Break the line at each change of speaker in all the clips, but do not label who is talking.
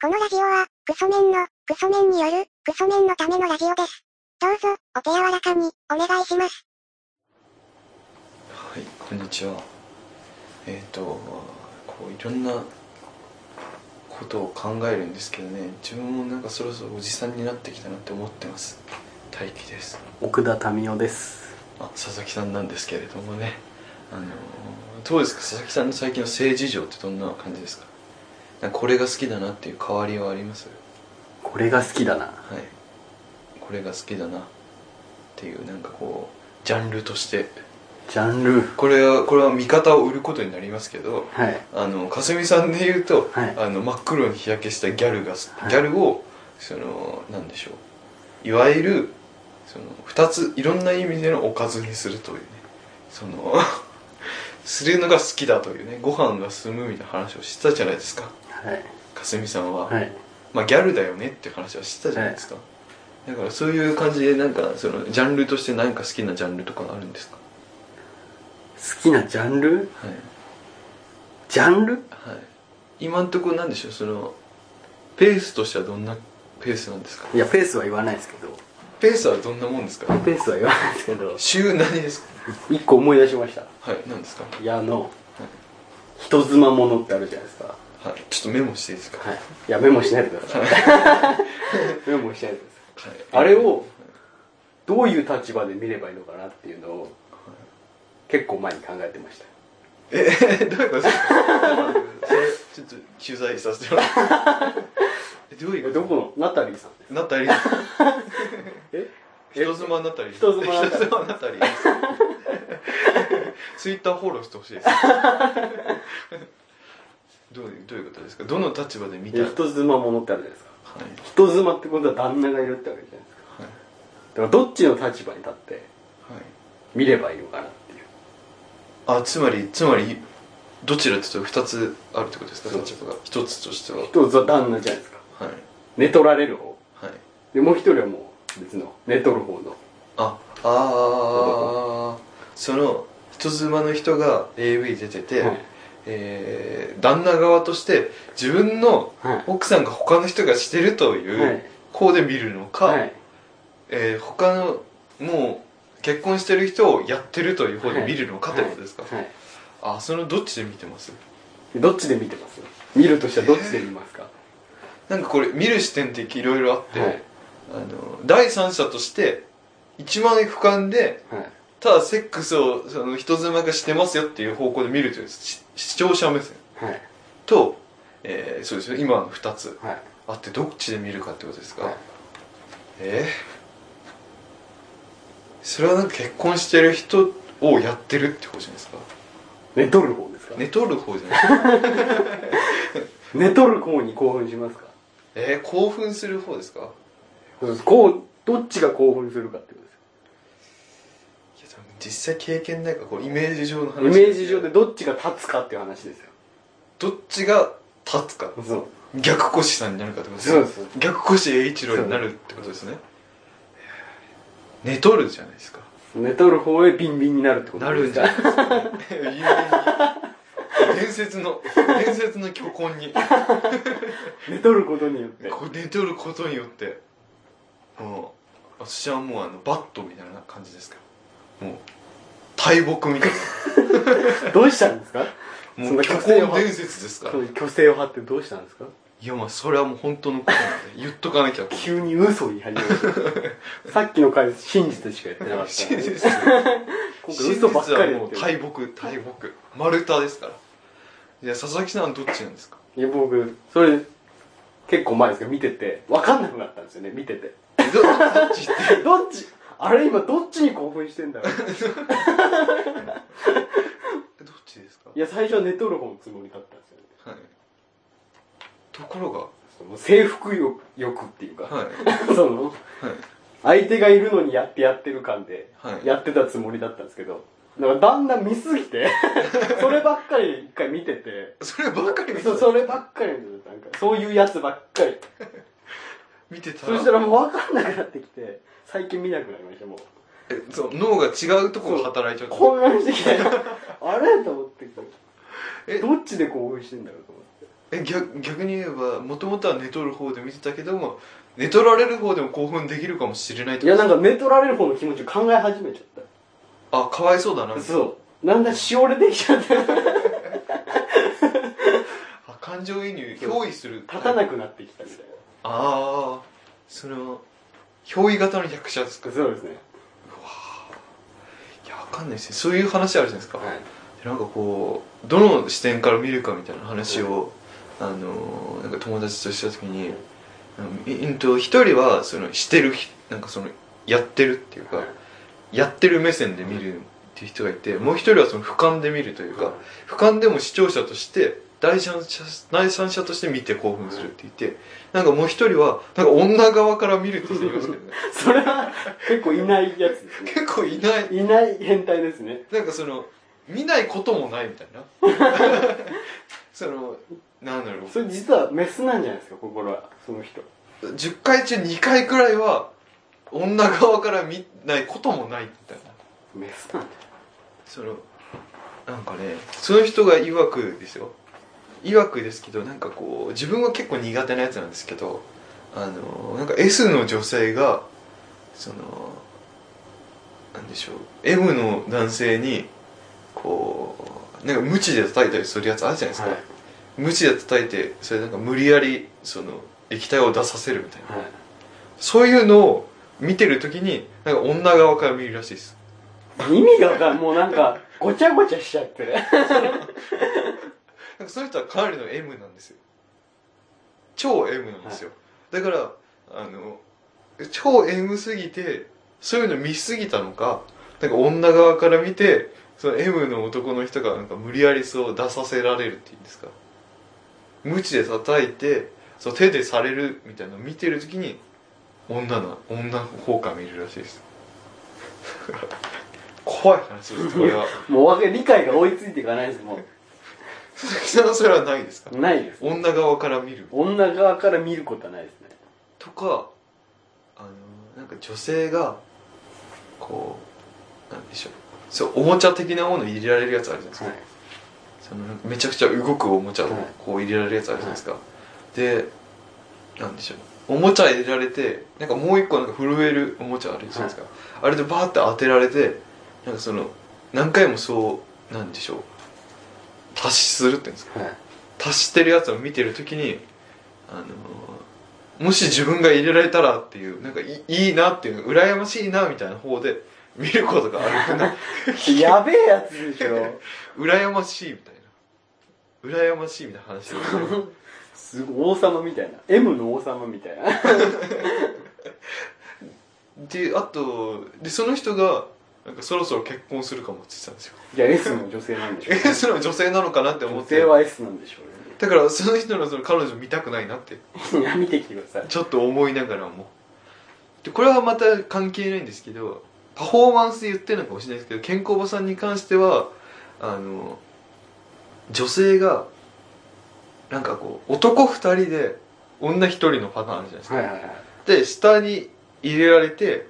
このラジオは、クソメンの、クソメンによる、クソメンのためのラジオです。どうぞ、お手柔らかに、お願いします。
はい、こんにちは。えっ、と、こういろんなことを考えるんですけどね、自分もなんかそろそろおじさんになってきたなって思ってます。大輝です。
奥田民生です
あ、佐々木さんなんですけれどもね、あのどうですか、佐々木さんの最近の性事情ってどんな感じですか。なんかこれが好きだなっていう変わりはあります。
これが好きだな
はい。これが好きだなっていうなんかこうジャンルとして、
ジャンル
これはこれは見方を売ることになりますけど。
はい
あのかすみさんで言うと、
はい
あの真っ黒に日焼けしたギャルが、
い
ギャルをそのなんでしょういわゆるその2ついろんな意味でのおかずにするというねその するのが好きだというねご飯が進むみたいな話をしてたじゃないですか
はい
かすみさんは、
はい
まあギャルだよねって話はしてたじゃないですか、だからそういう感じでなんかそのジャンルとして何か好きなジャンルとかあるんですか
好きなジャンル
はい
ジャンル
はい、今んとこなんでしょうそのペースとしてはどんなペースなんですか
いやペースは言わないですけど
ペースはどんなもんですか
ペースは言わないですけど
週何ですか
一個思い出しました
はい何ですか
いやあの
はい、
人妻ものってあるじゃないですか
はい、ちょっとメモしていいですか、
はいいやメモしないでくだ さいメモしないでくださ
はい
いあれをどういう立場で見ればいいのかなっていうのを結構前に考えてました
えどういうこと ですかそれちょっと取材させてもらってえどういうこと
どこのナタリーさんです
な ったり
え
人妻なったり
人妻なったり
人妻なったりツイッターフォローしてほしいですどういうどういうことですかどの立場で見
い
た
や
はい
人妻ものってあるじゃないですか人妻ってことは旦那がいるってわけじゃないですか
はい
だからどっちの立場に立って
はい、
見ればいいのかなっていう
あつまりつまりどちらって言うと2つあるってことですか
そう
立場が1つとしては
一つは旦那じゃないですか
はい
寝取られる方
はい
でもう一人はもう別の寝取る方の
ああーその人妻の人が AV 出てて、
はい
えー旦那側として自分の
はい
奥さんが他の人がしてるという、
はい
こうで見るのか、
はい
えー他のもう結婚してる人をやってるという方で見るのか
は
っ
い
てことですか、
はい
あそのどっちで見てます
どっちで見てます見るとしたらどっちで見ますか
なんかこれ見る視点っていろいろあって、
はい
あの第三者として一番俯瞰で
はい
ただセックスをその人妻がしてますよっていう方向で見るというし視聴者目線
はい
と、えーそうですね今の2つ
はい
あってどっちで見るかってことですか、
はい
えーそれはなんか結婚してる人をやってるって方じゃないですか
寝取る方ですか
寝取る方じゃないですか
寝取る方に興奮しますか
えー、興奮する方ですかいや
そうですこうどっちが興奮するかってことです
でも実際経験ないからこうイメージ上の話
イメージ上でどっちが立つかっていう話ですよ
どっちが立つか
そう
逆腰さんになるかってことです
そうです
逆腰栄一郎になるってことですね寝とるじゃないですか
寝取る方へビンビンになるってこと
なるんじゃないですか、ね、有名に伝説の伝説の巨根に
寝取ることによって
こう寝とることによってもう私はもうあのバットみたいな感じですかもう大木みたい
どうしたんですか
な
そ
も
ん
う
な
巨
虚勢
根
を張っ
伝
て
説ですから
その虚勢を張ってどうしたんですか
いやまあそれはもう本当のことなんで言っとかなき ゃ
急に嘘言い始めま したさっきの回真実しかやってなかった
真
のに
実
今回嘘ばっか
真実
り
は
や
も
っ
う
て
大
る
木大木丸太ですからいや佐々木さんはどっちなんです か
いや僕それ結構前ですけど見てて分かんなくなったんですよね見てて
どどっちって
どっちあれ今どっちに興奮してんだろう
どっちですか
いや最初は寝取る方のつもりだったんですよね
はいところ
ちょっともう征服欲欲っていうか、
が はい
その
はい
相手がいるのにやってやってる感で
はい
やってたつもりだったんですけど、だからだんだん見すぎ てそればっかり一回見てて
そればっかり見て
そうそればっかり見てたなんかそういうやつばっかり
見てた
そ
ら
したらもう分かんなくなってきて最近見なくなりましたもう
えそう脳が違うところが働いちゃう
混 乱してきてあれと思ってこう
え
どっちで興奮してんだろうと思っ
え
て
逆逆に言えばもともとは寝とる方で見てたけども寝取られる方でも興奮できるかもしれないって
い
こ
や
と
なんか寝取られる方の気持ちを考え始めちゃっ
あかわいそうだな
たそうなんだしおれてきちゃった
あ感情移入憑依する
立たなくなってきたみたい
ああその憑依型の役者ですか
ないそうですね
やわかんないですねそういう話あるじゃないですか、
はい
なんかこうどの視点から見るかみたいな話を、あのーなんか友達とした時に、うんうんと一人はそのしてるひなんかそのやってるっていうか、
はい
やってる目線で見るっていう人がいてもう一人はその俯瞰で見るというか、俯瞰でも視聴者として第三者第三者として見て興奮するって言って、なんかもう一人はなんか女側から見るって人いますけどね
それは結構いないやつです ね
結構いない
いない変態ですね
なんかその見ないこともないみたいなそのなんだろ
それ実はメスなんじゃないですか心はその人
う10回中2回くらいは女側から見ないこともないみたいな
メスなんだ
そのなんかねその人が曰くですよ曰くですけどなんかこう自分は結構苦手なやつなんですけどあのなんか S の女性がそのなんでしょう M の男性にこうなんか無知で叩いたりするやつあるじゃないですか、
はい
無知で叩いてそれなんか無理やりその液体を出させるみたいな、
はい
そういうのを見てる時になんか女側から見るらしいです
意味がわかんないもうなんかごちゃごちゃしちゃってる
なんかその人はかなりの M なんですよ超 M なんですよ、だからあの超 M すぎてそういうの見すぎたのかなんか女側から見てその M の男の人がなんか無理やりそう出させられるっていうんですか無知で叩いてそう手でされるみたいなのを見てる時に女の女の方から見るらしいです怖い話ですこれは
もうわけ理解が追いついていかないですも
鈴木さんはそれはないですか
うないです
女側から見る
女側から見ることはないですね
とかあのなんか女性がこうなんでしょうそうおもちゃ的なもの入れられるやつあるじゃないですか、
はい
そのなんかめちゃくちゃ動くおもちゃを
はい
こう入れられるやつあるじゃないですか、でなんでしょうおもちゃ入れられてなんかもう一個なんか震えるおもちゃあるじゃないですか、あれでバーって当てられてなんかその何回もそうなんでしょう達しするって言うんですか
はい
足してるやつを見てる時に、あのーもし自分が入れられたらっていうなんかいいいなっていう羨ましいなみたいな方で見ることがある な
やべえやつでしょ
羨ましいみたいな羨ましいみたいな話ですよ
すごい王様みたいな M の王様みたいな
であとでその人がなんかそろそろ結婚するかもって言ってたん ですよ
じゃあ S の女性なんでしょう、
えそれは女性なのかなって思
女
っ
性
て
は S なんでしょ
だからその人のその彼女見たくないなって
うねいや見てきてください
ちょっと思いながらもでこれはまた関係ないんですけどパフォーマンスで言ってるのかもしれないですけど健康おばさんに関してはあの女性がなんかこう男2人で女1人のパターンあるじゃないですか、
はいはいはい
で下に入れられて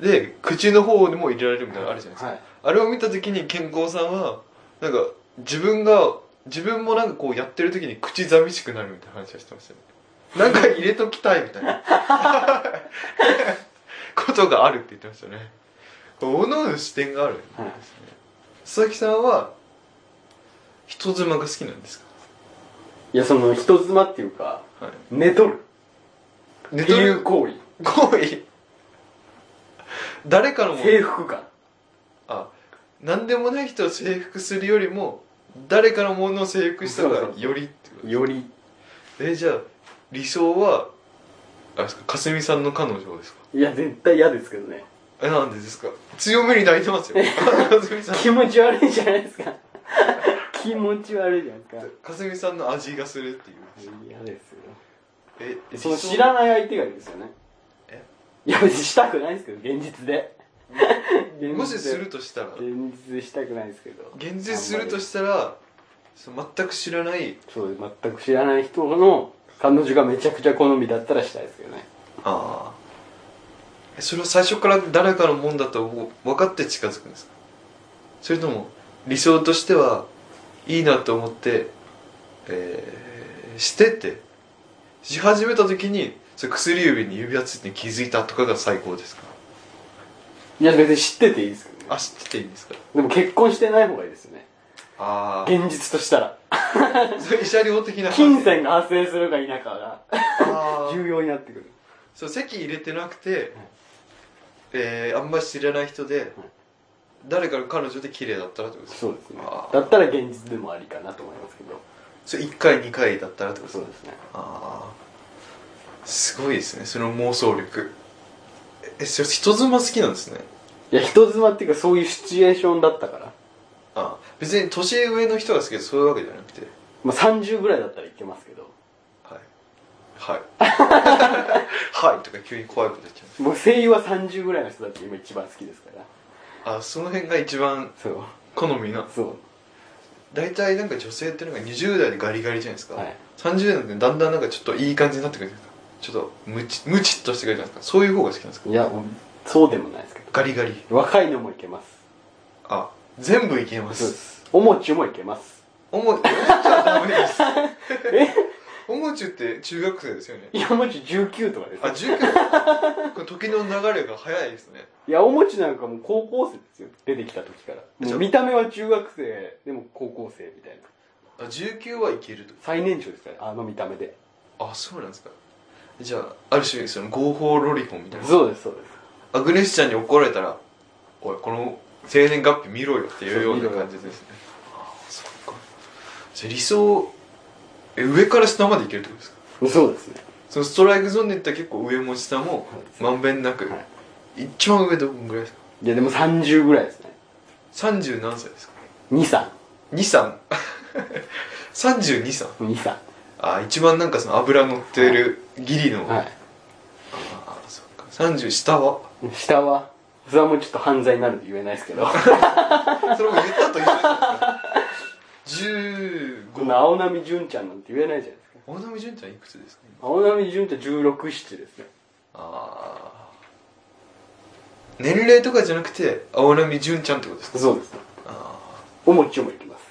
で口の方にも入れられるみたいなのあるじゃないですか、
はい
あれを見た時に健康さんはなんか自分が自分もなんかこうやってる時に口寂しくなるみたいな話をしてましたねなんか入れときたいみたいな ことがあるって言ってましたねおのおの視点があるんですね、
はい
佐々木さんは人妻が好きなんですか
いやその人妻っていうか
はい
寝取る
寝
って
取
いう
る
行為
行為誰かのもの
征服感
あ何でもない人を征服するよりも誰かのものを征服した方がよりってこと
より
えじゃあ理想はあれですかかすみさんの彼女ですか
いや絶対嫌ですけどね
えなんでですか強めに抱いてます よかすみさん
気持ち悪いじゃないです か気持ち悪いじゃないで
かすみさんの味がするっていう
すか嫌ですよ
え理
そ
想
の知らない相手がいいですよね
え
いや別にしたくないですけど現実で現実で
もしするとしたら
現実でしたくないですけど
現実するとしたらその全く知らない
そう全く知らない人の彼女がめちゃくちゃ好みだったらしたいですけどね
ああそれは最初から誰かのもんだと思う分かって近づくんですかそれとも理想としてはいいなと思ってええーしててし始めた時にそれ薬指に指輪ついて気づいたとかが最高ですか
いや別に知ってていいですけどね
あ知ってていいんですか
でも結婚してない方がいいですよね
あ
現実としたら
あ それ慰謝料的な話
金銭が発生するか否か
あ
が
ー
重要になってくる
そう席入れてなくて、えーあんまり知らない人で、誰かの彼女で綺麗だったらってことですか
そうですね
あー
だったら現実でもありかなと思いますけど
それ1回2回だったらってことです
そう
か
ですね
ああすごいですねその妄想力えそれ人妻好きなんですね
いや人妻っていうかそういうシチュエーションだったから、
あ別に年上の人が好きでそういうわけじゃなくて
まあ、30ぐらいだったらいけますけど
はいはい はいとか急に怖いこと言っちゃ
もう声優は30ぐらいの人たちが今一番好きですから
うあその辺が一番
そう
好みな
そ
大体なんか女性ってなんか20代でガリガリじゃないですか、
はい
30代なんてだんだんなんかちょっといい感じになってくるじゃないですかちょっとムチムチっとしてくるじゃないですかそういう方が好きなんですか
ういやそうでもないですけ
ガリガリ
ど若いのもいけます
あ全部いけま
そうですすおもちもいけます
おもちゃダメです
え
おもちゅって中学生ですよね
いやおもち19とかです
あ
よ
19これ時の流れが早いですね
いやおもちなんかもう高校生ですよ出てきた時から
ち
も
ょ
う見た目は中学生でも高校生みたいな
あ19はいけると
最年長ですからあの見た目で
あそうなんですかじゃあある種その合法ロリコンみたいな
そうですそうです
アグネスちゃんに怒られたら「おいこの生年月日見ろよ」っていうような感じですねああそっかじゃあ理想え上から下までいけるってことですか
そうですね
そのストライクゾーンでいったら結構上も下もまんべんなく、
はい
一番上どんぐらいですか
いやでも30ぐらいですね
30何歳ですか
2323
2332歳
23
あ一番なんかその油乗ってるギリの、
は
ああそっか30下 はい
下はそれはもうちょっと犯罪になると言えないですけど
それも言ったと一緒じゃないですか
こ
15
の青波純ちゃんなんて言えないじゃないですか
大波純ちゃんいくつですか今
青波純ちゃん167ですね
あー年齢とかじゃなくて青波純ちゃんってことですか
そうですね
あ
おもちもいきます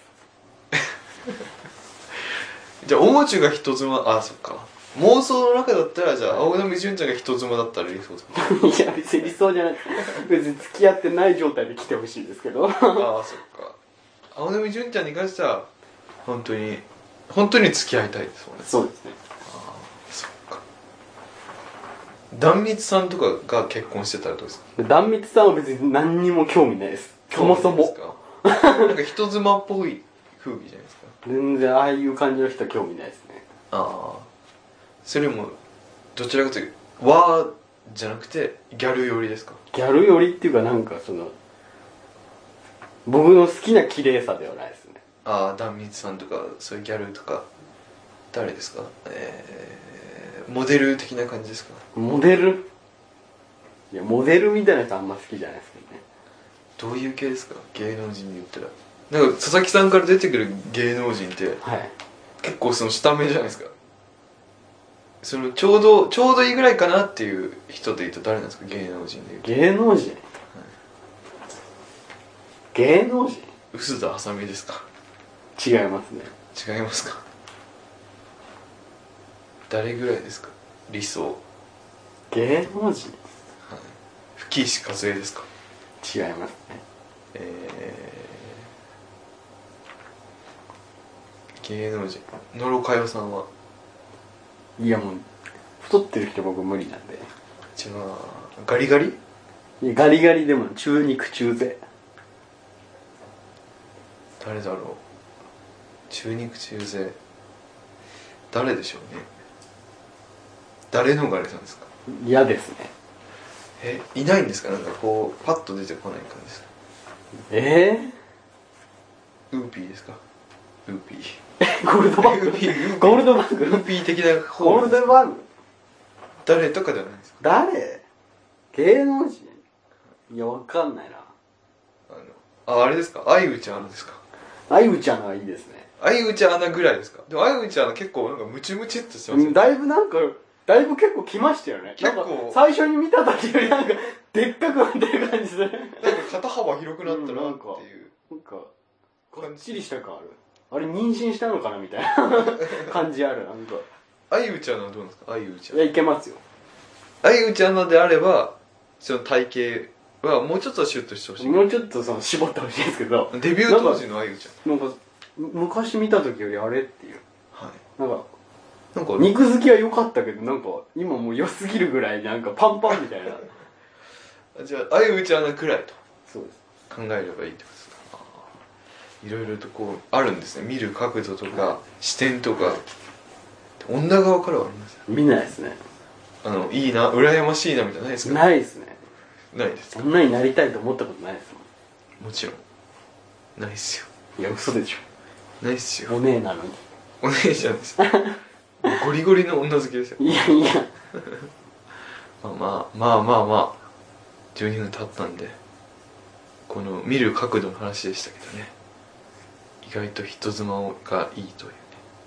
ーじゃあおもちゅが人妻あーそっか妄想の中だったらじゃあ青波純ちゃんが人妻だったら理想ですか
いや別に理想じゃない別に付き合ってない状態で来てほしいですけど
ああそっか青波純ちゃんに関しては本当に本当に付き合いたいですもんね
そうですね
そっか壇蜜さんとかが結婚してたらどうですか
壇蜜さんは別に何にも興味ないですそもそも
そうなんですかなんか人妻っぽい風味じゃないですか
全然ああいう感じの人は興味ないですね
ああそれもどちらかというと和じゃなくてギャル寄りですか
ギャル寄りっていうかなんかその僕の好きな綺麗さではないですね
ああ壇蜜さんとかそういうギャルとか誰ですかえー、モデル的な感じですか
モデルいやモデルみたいな人あんま好きじゃないですけどね
どういう系ですか芸能人に言ったらなんか佐々木さんから出てくる芸能人って
はい
結構その下目じゃないですかそのちょうどちょうどいいぐらいかなっていう人で言うと誰なんですか芸能人で言うと
芸能人、芸能人
薄田あさみですか
違いますね
違いますか誰ぐらいですか理想
芸能人
吹石和恵ですか
違いますね
えー、芸能人野呂佳代さんはい
やもう太ってる人僕無理なんで
じゃあガリガリ
いやガリガリでも中肉中背
誰だろう中肉中背誰でしょうね誰のガリさんですか
嫌ですね
えいないんですかなんかこうパッと出てこない感じですか
え
ウーピーですかウーピー
ー、ゴールドバッグ
ウ ーピー
ゴールドバッ
ウー
グ
ピー的な方
ゴールドバッグ
誰とかではないんですか
誰芸能人いやわかんないな
あのああれですか相内アナですか
あゆちゃんがいいですね
相内アナぐらいですかでも相内アナ結構なんかムチムチっとしてますよね
だいぶなんかだいぶ結構来ましたよね
結構
なんか最初に見た時よりなんかでっかくなってる感じする
なんか肩幅広くなったなっていう
なんか
感
がっちりした感あるあれ妊娠したのかなみたいな感じあるなんか
あいうちゃんはどうなんですかあいうちゃ
い
ん
やいけますよ
あいうちゃんのであればその体型はもうちょっとシュッとしてほしい
もうちょっとその絞ってほしいですけど
デビュー当時のあゆち
なんかむ昔見た時よりあれっていう
ゃんはい
なんか
なんか
肉付きは良かったけどなんか今もう良すぎるぐらいなんかパンパンみた いな
じゃああいうちゃんくらいと
そうです
考えればいいってことですかあーいろいろとこうあるんですね見る角度とか視点とか女側からはあります
見ないですね
あのいいな羨ましいなみたいなのないですか
ないですね
ないです
そんなになりたいと思ったことないですも
もちろんないっすよ
んいや嘘でし
ないっすよ
お姉なのに
お姉ちゃんです ゴリゴリの女好きですよ
いやいや
まあまあまあまあまあ12分経ったんでこの見る角度の話でしたけどね意外と人妻がいいというね、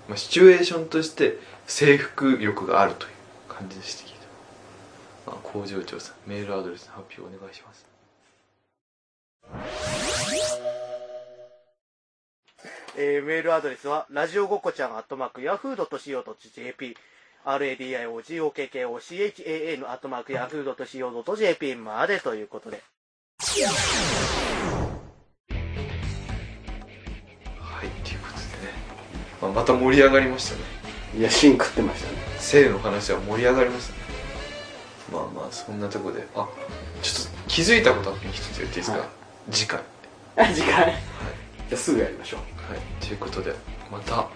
まあ、シチュエーションとして征服力があるという感じでして聞いてます、まあ、工場長さんメールアドレスの発表お願いします
えーメールアドレスは、ラジオごっこちゃん、アットマーク、ヤフー .co.jp、radiogokkocha のアットマーク、ヤフー .co.jp までということで。
はいということでね、まあ、また盛り上がりましたね
いや芯食ってましたね
性の話は盛り上がりましたねまあまあそんなとこであちょっと気づいたことあったの一つ言っていいですか、
はい
次回
あ次回じゃあすぐやりましょう
はい、ということでまた